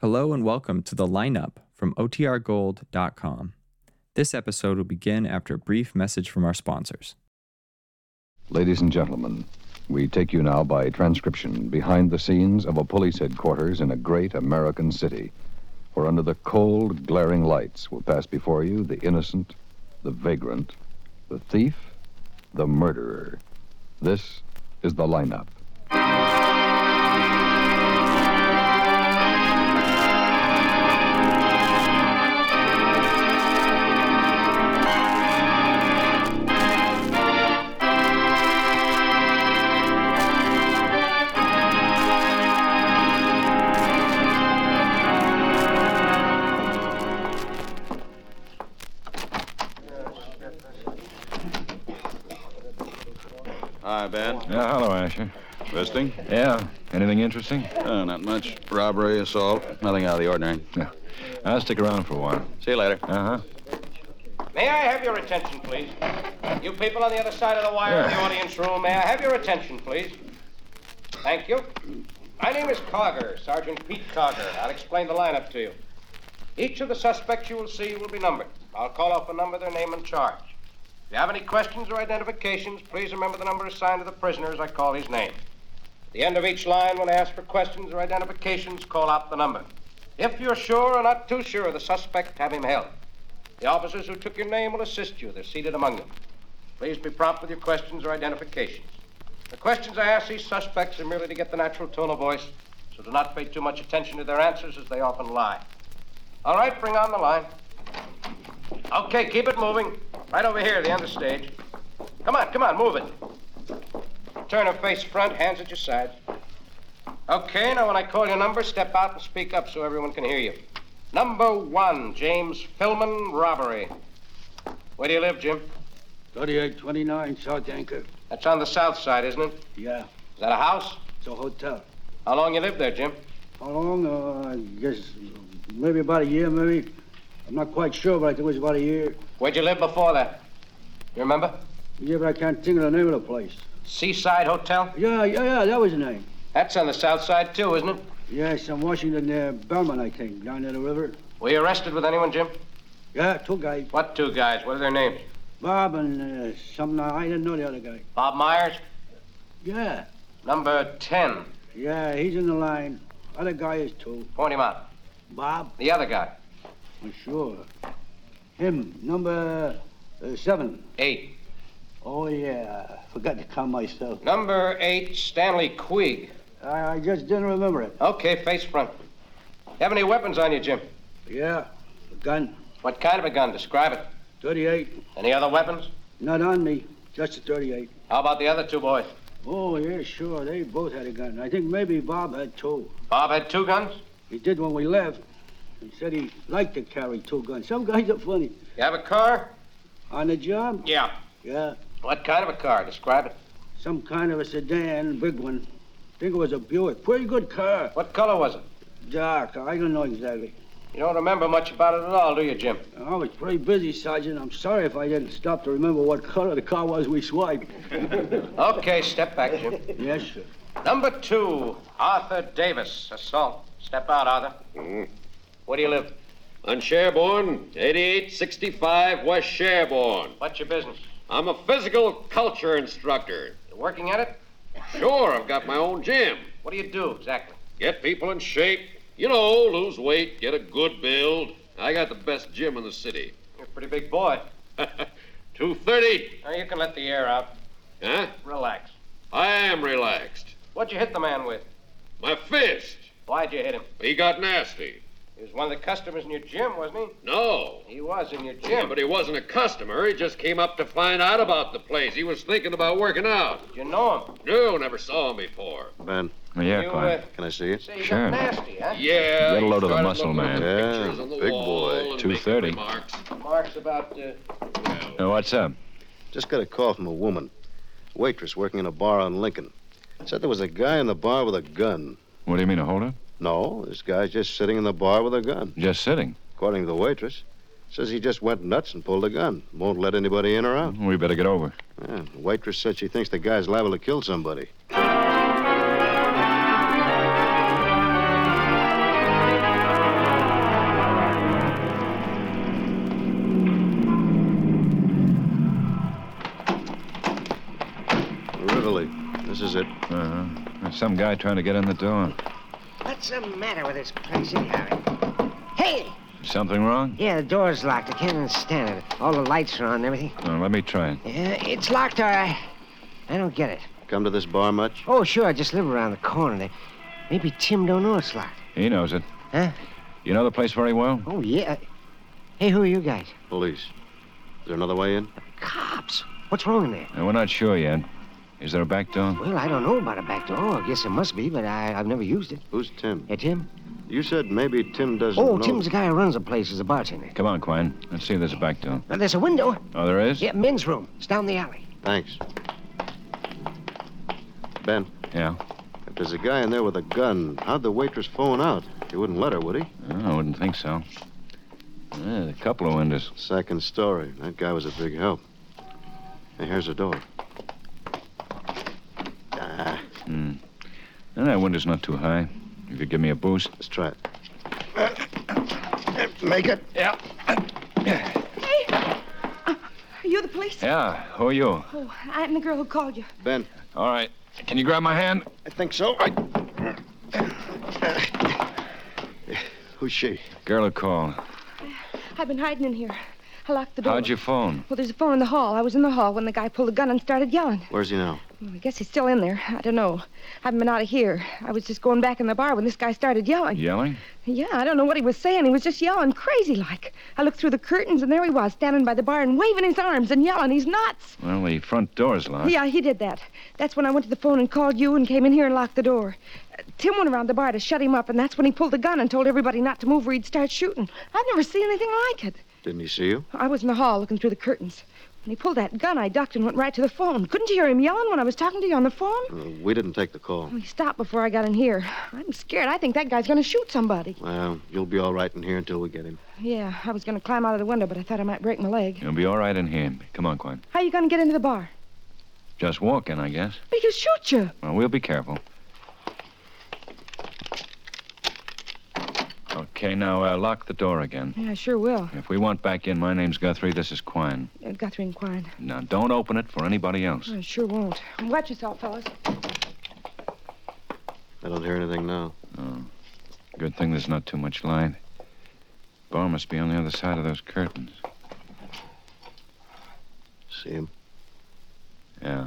Hello and welcome to the lineup from OTRGold.com. This episode will begin after a brief message from our sponsors. Ladies and gentlemen, we take you now by transcription behind the scenes of a police headquarters in a great American city, where under the cold, glaring lights will pass before you the innocent, the vagrant, the thief, the murderer. This is the lineup. Hi, Ben. Yeah, hello, Asher. Visiting? Yeah, anything interesting? Uh, not much. Robbery, assault, nothing out of the ordinary. Yeah. I'll stick around for a while. See you later. Uh huh. May I have your attention, please? You people on the other side of the wire in the Yeah. audience room, may I have your attention, please? Thank you. My name is Cogger, Sergeant Pete Cogger. I'll explain the lineup to you. Each of the suspects you will see will be numbered. I'll call off a number, their name, and charge. If you have any questions or identifications, please remember the number assigned to the prisoner as I call his name. At the end of each line, when I ask for questions or identifications, call out the number. If you're sure or not too sure of the suspect, have him held. The officers who took your name will assist you. They're seated among them. Please be prompt with your questions or identifications. The questions I ask these suspects are merely to get the natural tone of voice, so do not pay too much attention to their answers as they often lie. All right, bring on the line. Okay, keep it moving. Right over here, the end of stage. Come on, come on, move it. Turn her face front, hands at your sides. Okay, now when I call your number, step out and speak up so everyone can hear you. Number one, James Philman, robbery. Where do you live, Jim? 3829 South Anchor. That's on the south side, isn't it? Yeah, Is that a house? it's a hotel. How long you lived there, Jim? How long? Uh, I guess maybe about a year, maybe. I'm not quite sure, but I think it was about a year. Where'd you live before that? You remember? Yeah, but I can't think of the name of the place. Seaside Hotel? Yeah, yeah, yeah, that was the name. That's on the south side, too, isn't it? Yes, in Washington, uh, Belmont, I think, down near the river. Were you arrested with anyone, Jim? Yeah, two guys, What two guys? What are their names? Bob and uh, some, I didn't know the other guy. Bob Myers? Yeah, Number 10. yeah, he's in the line. Other guy is too. Point him out. Bob, The other guy. for sure. Him, number uh, seven. Eight. Oh, yeah, forgot to count myself. Number eight, Stanley Queeg. I, I just didn't remember it. Okay, face front. You have any weapons on you, Jim? Yeah, a gun, What kind of a gun? Describe it. 38. Any other weapons? Not on me, just a 38. How about the other two boys? Oh, yeah, sure, they both had a gun. I think maybe Bob had two. Bob had two guns. He did when we left. He said he liked to carry two guns. Some guys are funny. You have a car? On the job? Yeah. Yeah, What kind of a car? Describe it. some kind of a sedan, big one. Think it was a Buick. Pretty good car. What color was it? Dark, I don't know exactly. You don't remember much about it at all, do you, Jim? I was pretty busy, Sergeant. I'm sorry if I didn't stop to remember what color the car was we swiped. Okay, step back, Jim. yes, sir. Number two, Arthur Davis, assault. Step out, Arthur. Where do you live? Hmm. On Sherborne, 8865 West Sherborne. What's your business? I'm a physical culture instructor. You working at it? Sure, I've got my own gym. What do you do exactly? Get people in shape. You know, lose weight, get a good build. I got the best gym in the city. You're a pretty big boy. 230. Now you can let the air out. Huh? Relax. I am relaxed. What'd you hit the man with? My fist. Why'd you hit him? He got nasty. He was one of the customers in your gym, wasn't No. he? He was in your Yeah, gym. but he wasn't a customer. He just came up to find out about the place. He was thinking about working out. You know him. No, never saw him before. Ben, Yeah, you Clyde. uh, can I see you? say you Sure. got nasty, huh? Yeah. Get a he load of the started muscle looking at man. the Yeah, pictures on the big wall boy, and making 230. remarks. Marks about uh, Uh, what's up? Just got a call from a woman, waitress working in a bar on Lincoln. Said there was a guy in the bar with a gun. What do you mean, a holdup? No, this guy's just sitting in the bar with a gun. Just sitting. According to the waitress, says he just went nuts and pulled a gun. Won't let anybody in or out. We better get over. Yeah, the waitress said she thinks the guy's liable to kill somebody. is it. Uh-huh. There's some guy trying to get in the door. What's the matter with this place, anyhow? Hey! Something wrong? Yeah, the door's locked. I can't understand it. All the lights are on and everything. Oh, let me try it. Yeah, it's locked, all right. I don't get it. Come to this bar much? Oh, sure, I just live around the corner there. Maybe Tim don't know it's locked. He knows it. Huh? You know the place very well? Oh, yeah. Hey, who are you guys? Police. Is there another way in? Cops. What's wrong in there? Uh, we're not sure yet. Is there a back door? Well, I don't know about a back door. I guess there must be, but I, I've never used it. Who's Tim? Hey, Tim? You said maybe Tim doesn't Oh, know. Tim's the guy who runs the place. He's a bartender. Come on, Quine. Let's see if there's a back door. Now, there's a window. Oh, there is? Yeah, men's room. It's down the alley. Thanks. Ben, Yeah. if there's a guy in there with a gun, how'd the waitress phone out? He wouldn't let her, would he? Oh, I wouldn't think so. Yeah, a couple of windows. Second story. That guy was a big help. Hey, here's the door. Ah, And Hmm. that window's not too high. You could give me a boost. let's try it. Are Uh, you the police? Yeah, who are you? Oh, I'm the girl who called you. Ben, All right. Can you grab my hand? I think so. I... Who's she? Girl who called. I've been hiding in here. I locked the door. How'd you phone? Well, there's a phone in the hall. I was in the hall when the guy pulled a gun and started yelling. Where's he now? Well, I guess he's still in there. I don't know. I haven't been out of here. I was just going back in the bar when this guy started yelling. Yelling? Yeah, I don't know what he was saying. He was just yelling crazy like. I looked through the curtains, and there he was, standing by the bar and waving his arms and yelling. He's nuts. Well, the front door's locked. Yeah, he did that. That's when I went to the phone and called you and came in here and locked the door. Uh, Tim went around the bar to shut him up, and that's when he pulled the gun and told everybody not to move or he'd start shooting. I've never seen anything like it. Didn't he see you? I was in the hall looking through the curtains. When he pulled that gun, I ducked and went right to the phone. Couldn't you hear him yelling when I was talking to you on the phone? Uh, we didn't take the call. Well, he stopped before I got in here. I'm scared. I think that guy's going to shoot somebody. Well, you'll be all right in here until we get him. Yeah, I was going to climb out of the window, but I thought I might break my leg. You'll be all right in here. Come on, Quine. How you going to get into the bar? Just walk in, I guess. But he'll shoot you. Well, we'll be careful. Okay, now uh, lock the door again. Yeah, I sure will. If we want back in, my name's Guthrie. This is Quine. Uh, Guthrie and Quine. Now, don't open it for anybody else. I sure won't. Watch yourself, fellas. I don't hear anything now. Oh, Good thing there's not too much light. Bar must be on the other side of those curtains. See him? Yeah.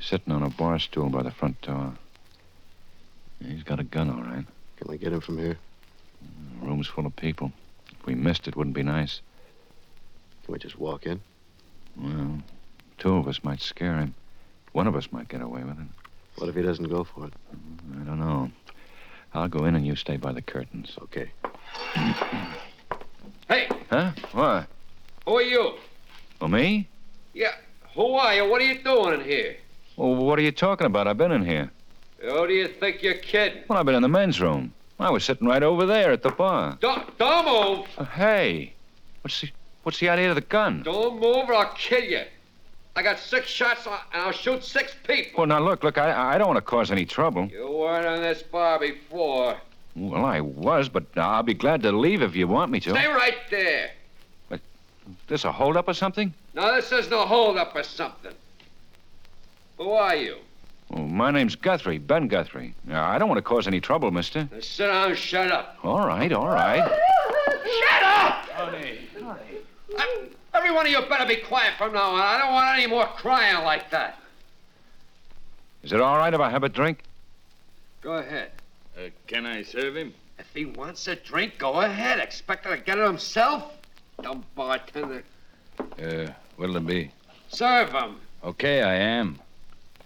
Sitting on a bar stool by the front door. He's got a gun, all right. Can we get him from here? room's full of people. If we missed it, wouldn't be nice. Can we just walk in? Well, two of us might scare him. One of us might get away with it. Mm, What if he doesn't go for it? I don't know. I'll go in and you stay by the curtains. Okay. Hey, Huh? What? who are you? Oh, me? Yeah, who are you? What are you doing in here? Well, what are you talking about? I've been in here. Who do you think you're kidding? Well, I've been in the men's room. I was sitting right over there at the bar. Don't, don't move. Uh, hey, what's the, what's the idea of the gun? Don't move or I'll kill you. I got six shots and I'll shoot six people. Well, now look, look, I, I don't want to cause any trouble. You weren't in this bar before. Well, I was, but I'll be glad to leave if you want me to. Stay right there. This a holdup or something? Now, this isn't a holdup or something. Who are you? Well, my name's Guthrie, Ben Guthrie. Now, I don't want to cause any trouble, mister. Now, sit down, shut up. All right, all right. Shut up! I- every one of you better be quiet from now on. I don't want any more crying like that. Is it all right if I have a drink? Go ahead. Uh, can I serve him? If he wants a drink, go ahead. Expect to get it himself? Dumb bartender. Uh, what'll it be? Serve him. Okay, I am.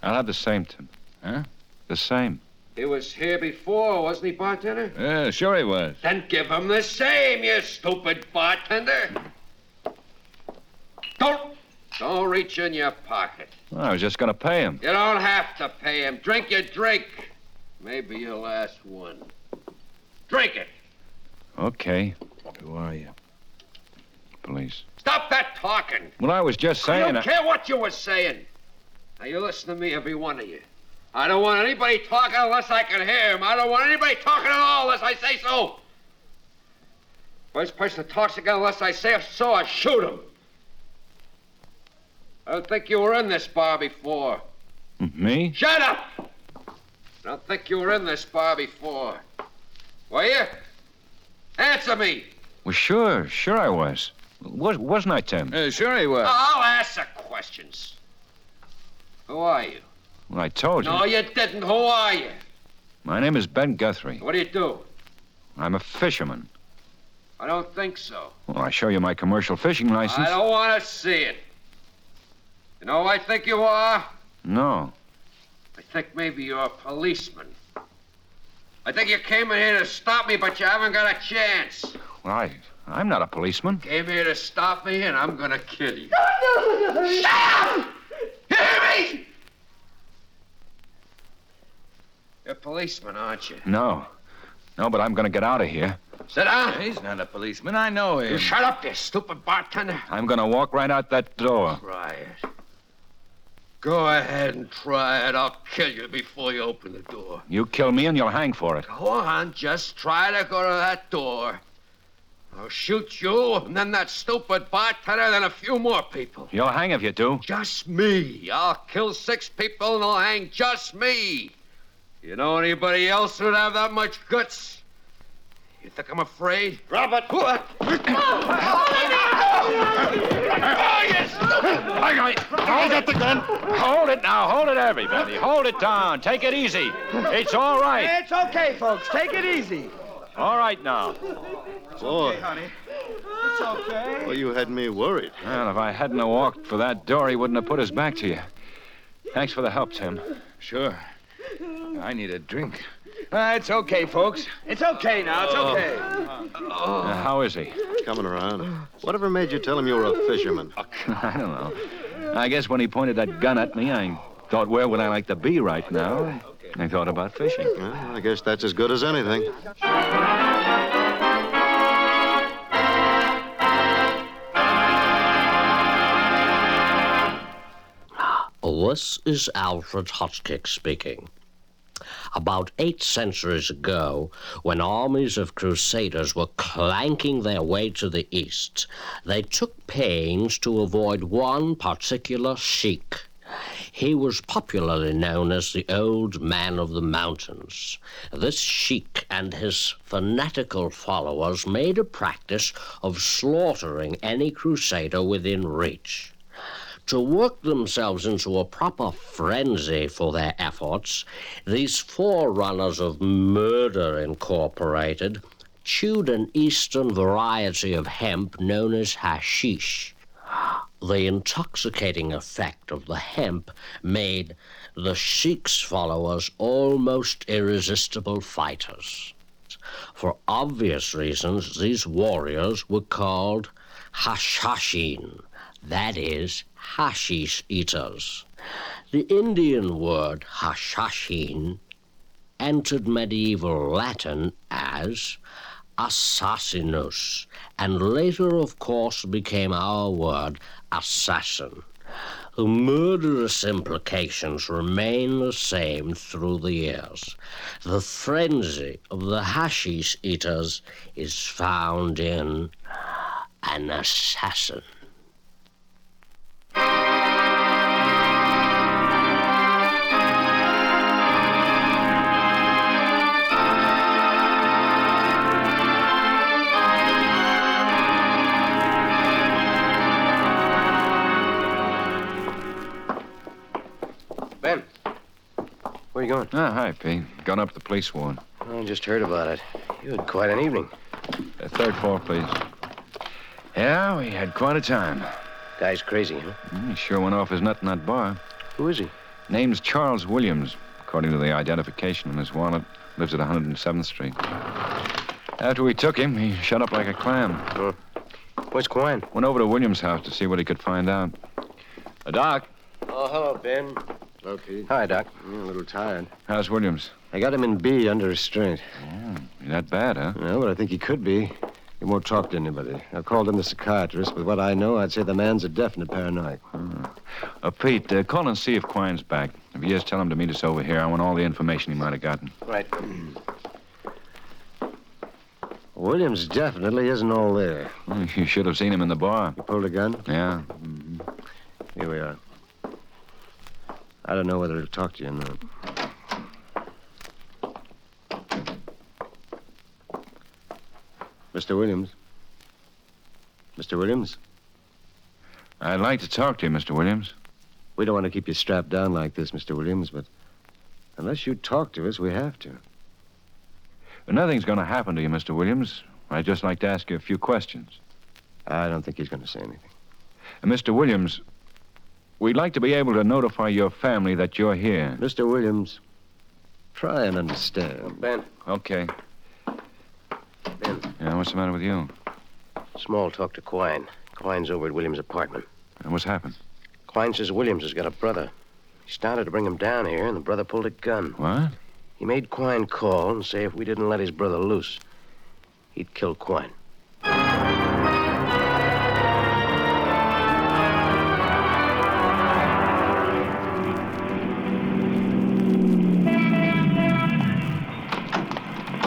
I'll have the same, Tim. Huh? The same. He was here before, wasn't he, bartender? Yeah, Uh, sure he was. Then give him the same, you stupid bartender. Don't. Don't reach in your pocket. Well, I was just going to pay him. You don't have to pay him. Drink your drink. Maybe your last one. Drink it. Okay. Who are you? Police. Stop that talking. Well, I was just I saying. don't care what you were saying. Now, you listen to me, every one of you. I don't want anybody talking unless I can hear him. I don't want anybody talking at all unless I say so. First person that talks again unless I say so, I shoot him. I don't think you were in this bar before. Me? Shut up! I don't think you were in this bar before. Were you? Answer me! Well, sure, sure I was. was wasn't Uh, I, Tim? sure he was. I'll ask the questions. Who are you? Well, I told you. No, you didn't. Who are you? My name is Ben Guthrie. What do you do? I'm a fisherman. I don't think so. Well, I show you my commercial fishing license. I don't want to see it. You know who I think you are? No. I think maybe you're a policeman. I think you came in here to stop me, but you haven't got a chance. Well, I, I'm not a policeman. Came here to stop me, and I'm gonna kill you. Shut up! You hear me? You're a policeman, aren't you? No. No, but I'm going to get out of here. Sit down. He's not a policeman. I know him. You shut up, you stupid bartender. I'm going to walk right out that door. Try it. Go ahead and try it. I'll kill you before you open the door. You kill me and you'll hang for it. Go on, just try to go to that door. I'll shoot you, and then that stupid bartender, and then a few more people. You'll hang if you do. Just me. I'll kill six people, and I'll hang just me. You know anybody else who'd have that much guts? You think I'm afraid? Robert! What? Hold it, the gun. Hold it now. Hold it, everybody. Hold it down. Take it easy. It's all right. It's okay, folks. Take it easy. All right now. Boy, honey. It's okay. well, you had me worried. Well, if I hadn't have walked for that door, he wouldn't have put his back to you. Thanks for the help, Tim. Sure. I need a drink. Uh, it's okay, folks. It's okay now. It's Oh. okay. Now, Uh, how is he? Coming around. Whatever made you tell him you were a fisherman? I don't know. I guess when he pointed that gun at me, I thought, where would I like to be right now? I thought about fishing. Well, I guess that's as good as anything. This is Alfred Hotkick speaking. About eight centuries ago, when armies of crusaders were clanking their way to the east, they took pains to avoid one particular sheik. He was popularly known as the Old Man of the Mountains. This sheik and his fanatical followers made a practice of slaughtering any crusader within reach. To work themselves into a proper frenzy for their efforts, these forerunners of Murder Incorporated chewed an eastern variety of hemp known as hashish. The intoxicating effect of the hemp made the sheik's followers almost irresistible fighters. For obvious reasons, these warriors were called hashashin, that is, hashish eaters. The Indian word hashashin entered medieval Latin as assassinus, and later, of course, became our word assassin. The murderous implications remain the same through the years. The frenzy of the hashish eaters is found in an assassin. Ben. Where you going? Ah, hi, Pete. Gone up to the police warren. I just heard about it. You had quite an evening. Uh, third floor, please. Yeah, we had quite a time. Guy's crazy, huh? Mm, He sure went off his nut in that bar. Who is he? Name's Charles Williams, according to the identification in his wallet. Lives at 107th Street. After we took him, he shut up like a clam. Where's Quine? Went over to Williams' house to see what he could find out. Uh, Doc, Oh, uh-huh, hello, Ben. Okay. Hi, Doc. You're a little tired. how's Williams? I got him in B under restraint. Not bad, huh? No, but I think he could be. He won't talk to anybody. I've called him the psychiatrist. With what I know, I'd say the man's a definite paranoid. Uh, Pete, uh, call and see if Quine's back. If he is, tell him to meet us over here. I want all the information he might have gotten. Right. Williams definitely isn't all there. Well, You should have seen him in the bar. Mm-hmm. He pulled a gun? Yeah. Here we are. I don't know whether he'll talk to you or not. Mr. Williams. Mr. Williams? I'd like to talk to you, Mr. Williams. We don't want to keep you strapped down like this, Mr. Williams, but unless you talk to us, we have to. Nothing's going to happen to you, Mr. Williams. I'd just like to ask you a few questions. I don't think he's going to say anything. Uh, Mr. Williams, we'd like to be able to notify your family that you're here. Mr. Williams, try and understand. Ben. Okay. Ben. Yeah, what's the matter with you? Small talk to Quine. Quine's over at Williams' apartment. And what's happened? Quine says Williams has got a brother. He started to bring him down here, and the brother pulled a gun. What? He made Quine call and say if we didn't let his brother loose, he'd kill Quine.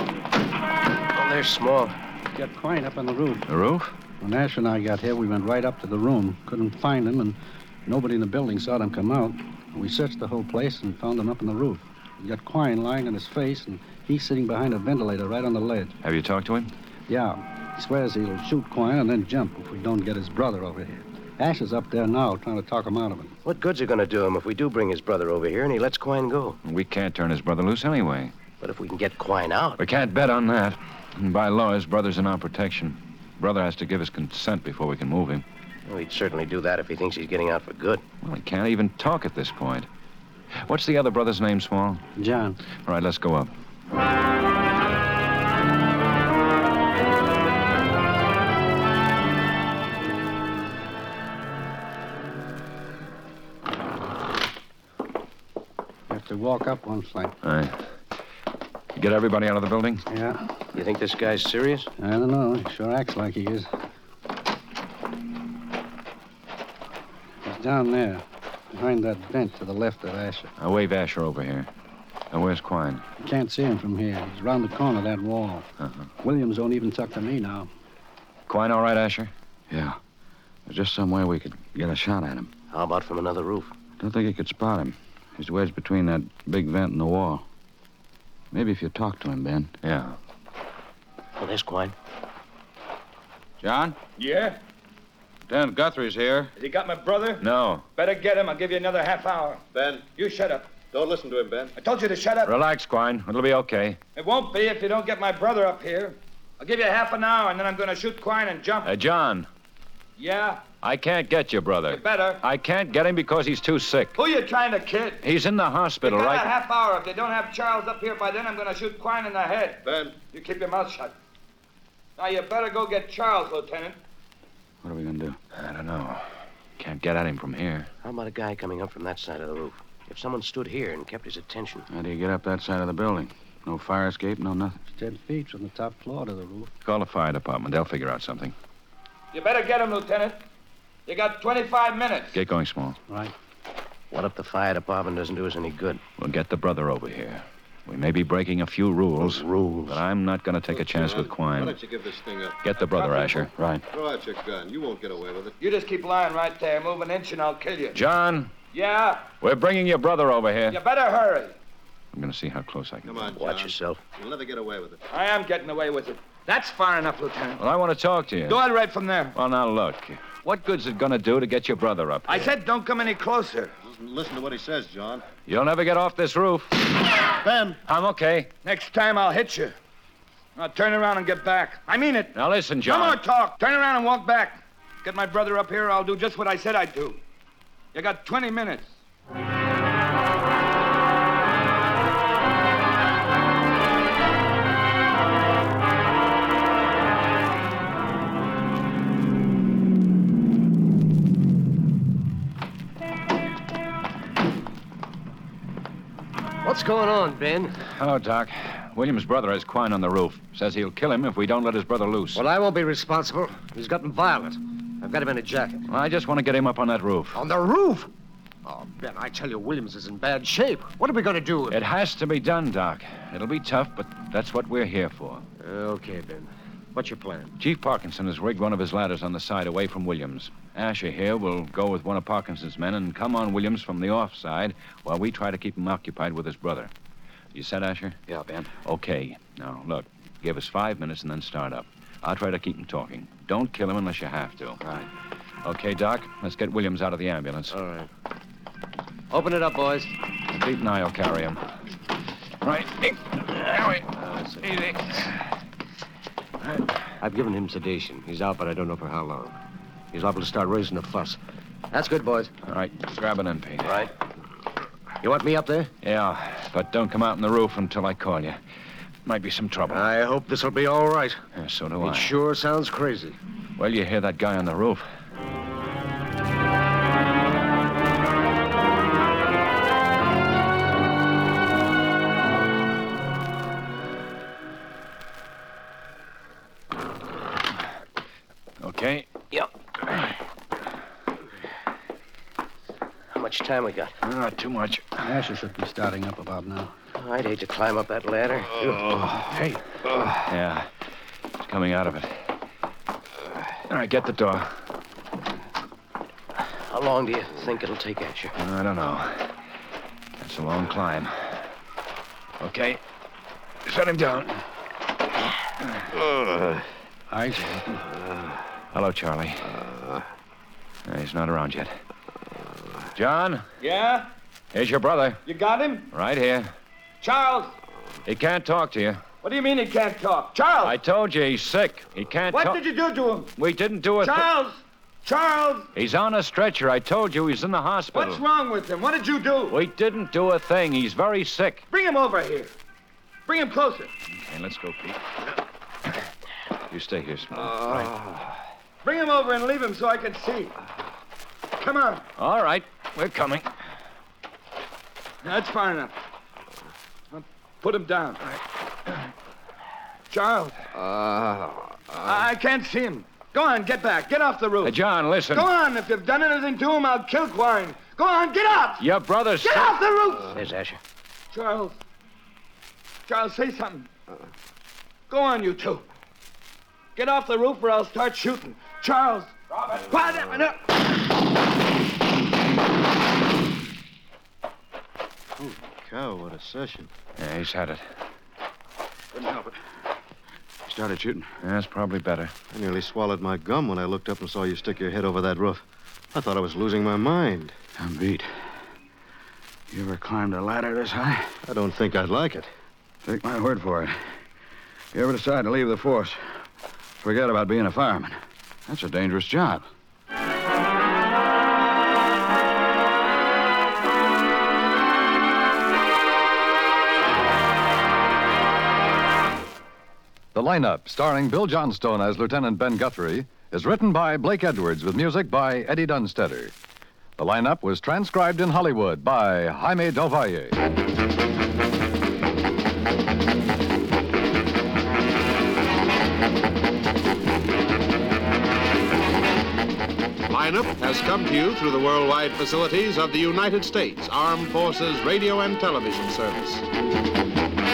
Well, they're small. Got Quine up on the roof. The roof? When Ash and I got here, we went right up to the room. Couldn't find him, and nobody in the building saw them come out. We searched the whole place and found him up on the roof. We got Quine lying on his face, and he's sitting behind a ventilator right on the ledge. Have you talked to him? Yeah, he swears he'll shoot Quine and then jump if we don't get his brother over here. Ash is up there now trying to talk him out of it. What good's it going to do him if we do bring his brother over here and he lets Quine go? We can't turn his brother loose anyway. But if we can get Quine out, We can't bet on that. And by law, his brother's in our protection. Brother has to give his consent before we can move him. well, he'd certainly do that if he thinks he's getting out for good. Well, he can't even talk at this point. What's the other brother's name, Small? John. All right, let's go up. You have to walk up one flight. All right. You get everybody out of the building? Yeah. You think this guy's serious? I don't know. He sure acts like he is. He's down there, behind that bench to the left of Asher. I'll wave Asher over here. Now, where's Quine? You can't see him from here. He's round the corner of that wall. Uh-huh. Williams won't even talk to me now. Quine all right, Asher? Yeah. There's just some way we could get a shot at him. How about from another roof? Don't think you could spot him. He's wedged between that big vent and the wall. Maybe if you talk to him, Ben. Yeah. Well, there's Quine. John? Yeah? Dan Guthrie's here. Has he got my brother? No. Better get him. I'll give you another half hour. Ben. You shut up. Don't listen to him, Ben. I told you to shut up. Relax, Quine. It'll be okay. It won't be if you don't get my brother up here. I'll give you half an hour, and then I'm going to shoot Quine and jump. Uh, John, yeah? I can't get your brother. Better. I can't get him because he's too sick. Who you trying to kid? He's in the hospital you got right a half hour. If they don't have Charles up here by then, I'm going to shoot Quine in the head. Ben. You keep your mouth shut. Now, you better go get Charles, Lieutenant. What are we going to do? I don't know. Can't get at him from here. How about a guy coming up from that side of the roof? If someone stood here and kept his attention. How do you get up that side of the building? No fire escape, no nothing. It's ten feet from the top floor to the roof. Call the fire department. They'll figure out something. You better get him, Lieutenant. You got 25 minutes. Get going, Small. Right. What if the fire department doesn't do us any good? We'll get the brother over here. We may be breaking a few rules. Rules. But I'm not going to take a chance with Quine. you give this thing up? Get the brother, Asher. Right. Throw out your gun. You won't get away with it. You just keep lying right there. Move an inch and I'll kill you. John, Yeah? we're bringing your brother over here. You better hurry. I'm going to see how close I can. Come on, John. Watch yourself. You'll never get away with it. I am getting away with it. That's far enough, Lieutenant. Well, I want to talk to you. Go ahead right from there. Well, now look. What good's it going to do to get your brother up? I said don't come any closer. Listen, listen to what he says, John. You'll never get off this roof. Ben! I'm okay. Next time I'll hit you. Now turn around and get back. I mean it. Now listen, John. No more talk. Turn around and walk back. Get my brother up here. I'll do just what I said I'd do. You got 20 minutes. What's going on, Ben? Oh, Doc. William's brother has Quine on the roof. Says he'll kill him if we don't let his brother loose. Well, I won't be responsible. He's gotten violent. I've got him in a jacket. I just want to get him up on that roof. On the roof? Oh, Ben, I tell you, Williams is in bad shape. What are we going to do with It has to be done, Doc. It'll be tough, but that's what we're here for. Uh, Okay, Ben. What's your plan? Chief Parkinson has rigged one of his ladders on the side away from Williams. Asher here will go with one of Parkinson's men and come on Williams from the off side while we try to keep him occupied with his brother. You said, Asher? Yeah, Ben. Okay. Now, look, give us five minutes and then start up. I'll try to keep him talking. Don't kill him unless you have to. Right. Okay, Doc, let's get Williams out of the ambulance. All right. Open it up, boys. Pete and I will carry him. Right. Uh, Easy. I've given him sedation. He's out, but I don't know for how long. He's liable to start raising a fuss. That's good, boys. All right, grab it in, Pete. Right. You want me up there? Yeah, but don't come out on the roof until I call you. Might be some trouble. I hope this will be all right. Yeah, so do it I. sure sounds crazy. Well, you hear that guy on the roof. Okay. Yep. How much time we got? Not Ah, too much. Asher should be starting up about now. I'd hate to climb up that ladder. Hey. Yeah, it's coming out of it. All right, get the door. How long do you think it'll take, Asher? I don't know. That's a long climb. Okay. Set him down. Uh, Eyes Hello, Charlie. Uh, he's not around yet. John, Yeah? here's your brother. You got him? Right here. Charles, He can't talk to you. what do you mean he can't talk? Charles! I told you he's sick. He can't What talk. did you do to him? We didn't do it. Charles! Charles! He's on a stretcher. I told you he's in the hospital. What's wrong with him? What did you do? We didn't do a thing. He's very sick. Bring him over here. Bring him closer. Okay, let's go, Pete. You stay here, Uh. Smith. Bring him over and leave him so I can see. Come on. All right, we're coming. That's far enough. Now, Put him down. Charles, I-, I can't see him. Go on, get back. Get off the roof. Hey, John, listen. Go on. If you've done anything to him, I'll kill Quine. Go on, get up. Your brother's. Get off the roof. There's Asher. Charles. Charles, say something. Go on, you two. Get off the roof or I'll start shooting. Charles. Robert. Quiet up and up. Holy cow, what a session. Yeah, he's had it. Couldn't help it. Started shooting. That's probably better. I nearly swallowed my gum when I looked up and saw you stick your head over that roof. I thought I was losing my mind. I'm beat. You ever climbed a ladder this high? I don't think I'd like it. Take my word for it. If you ever decide to leave the force, forget about being a fireman. That's a dangerous job. The lineup, starring Bill Johnstone as Lieutenant Ben Guthrie, is written by Blake Edwards with music by Eddie Dunstetter. The lineup was transcribed in Hollywood by Jaime Del Valle. Lineup has come to you through the worldwide facilities of the United States Armed Forces Radio and Television Service.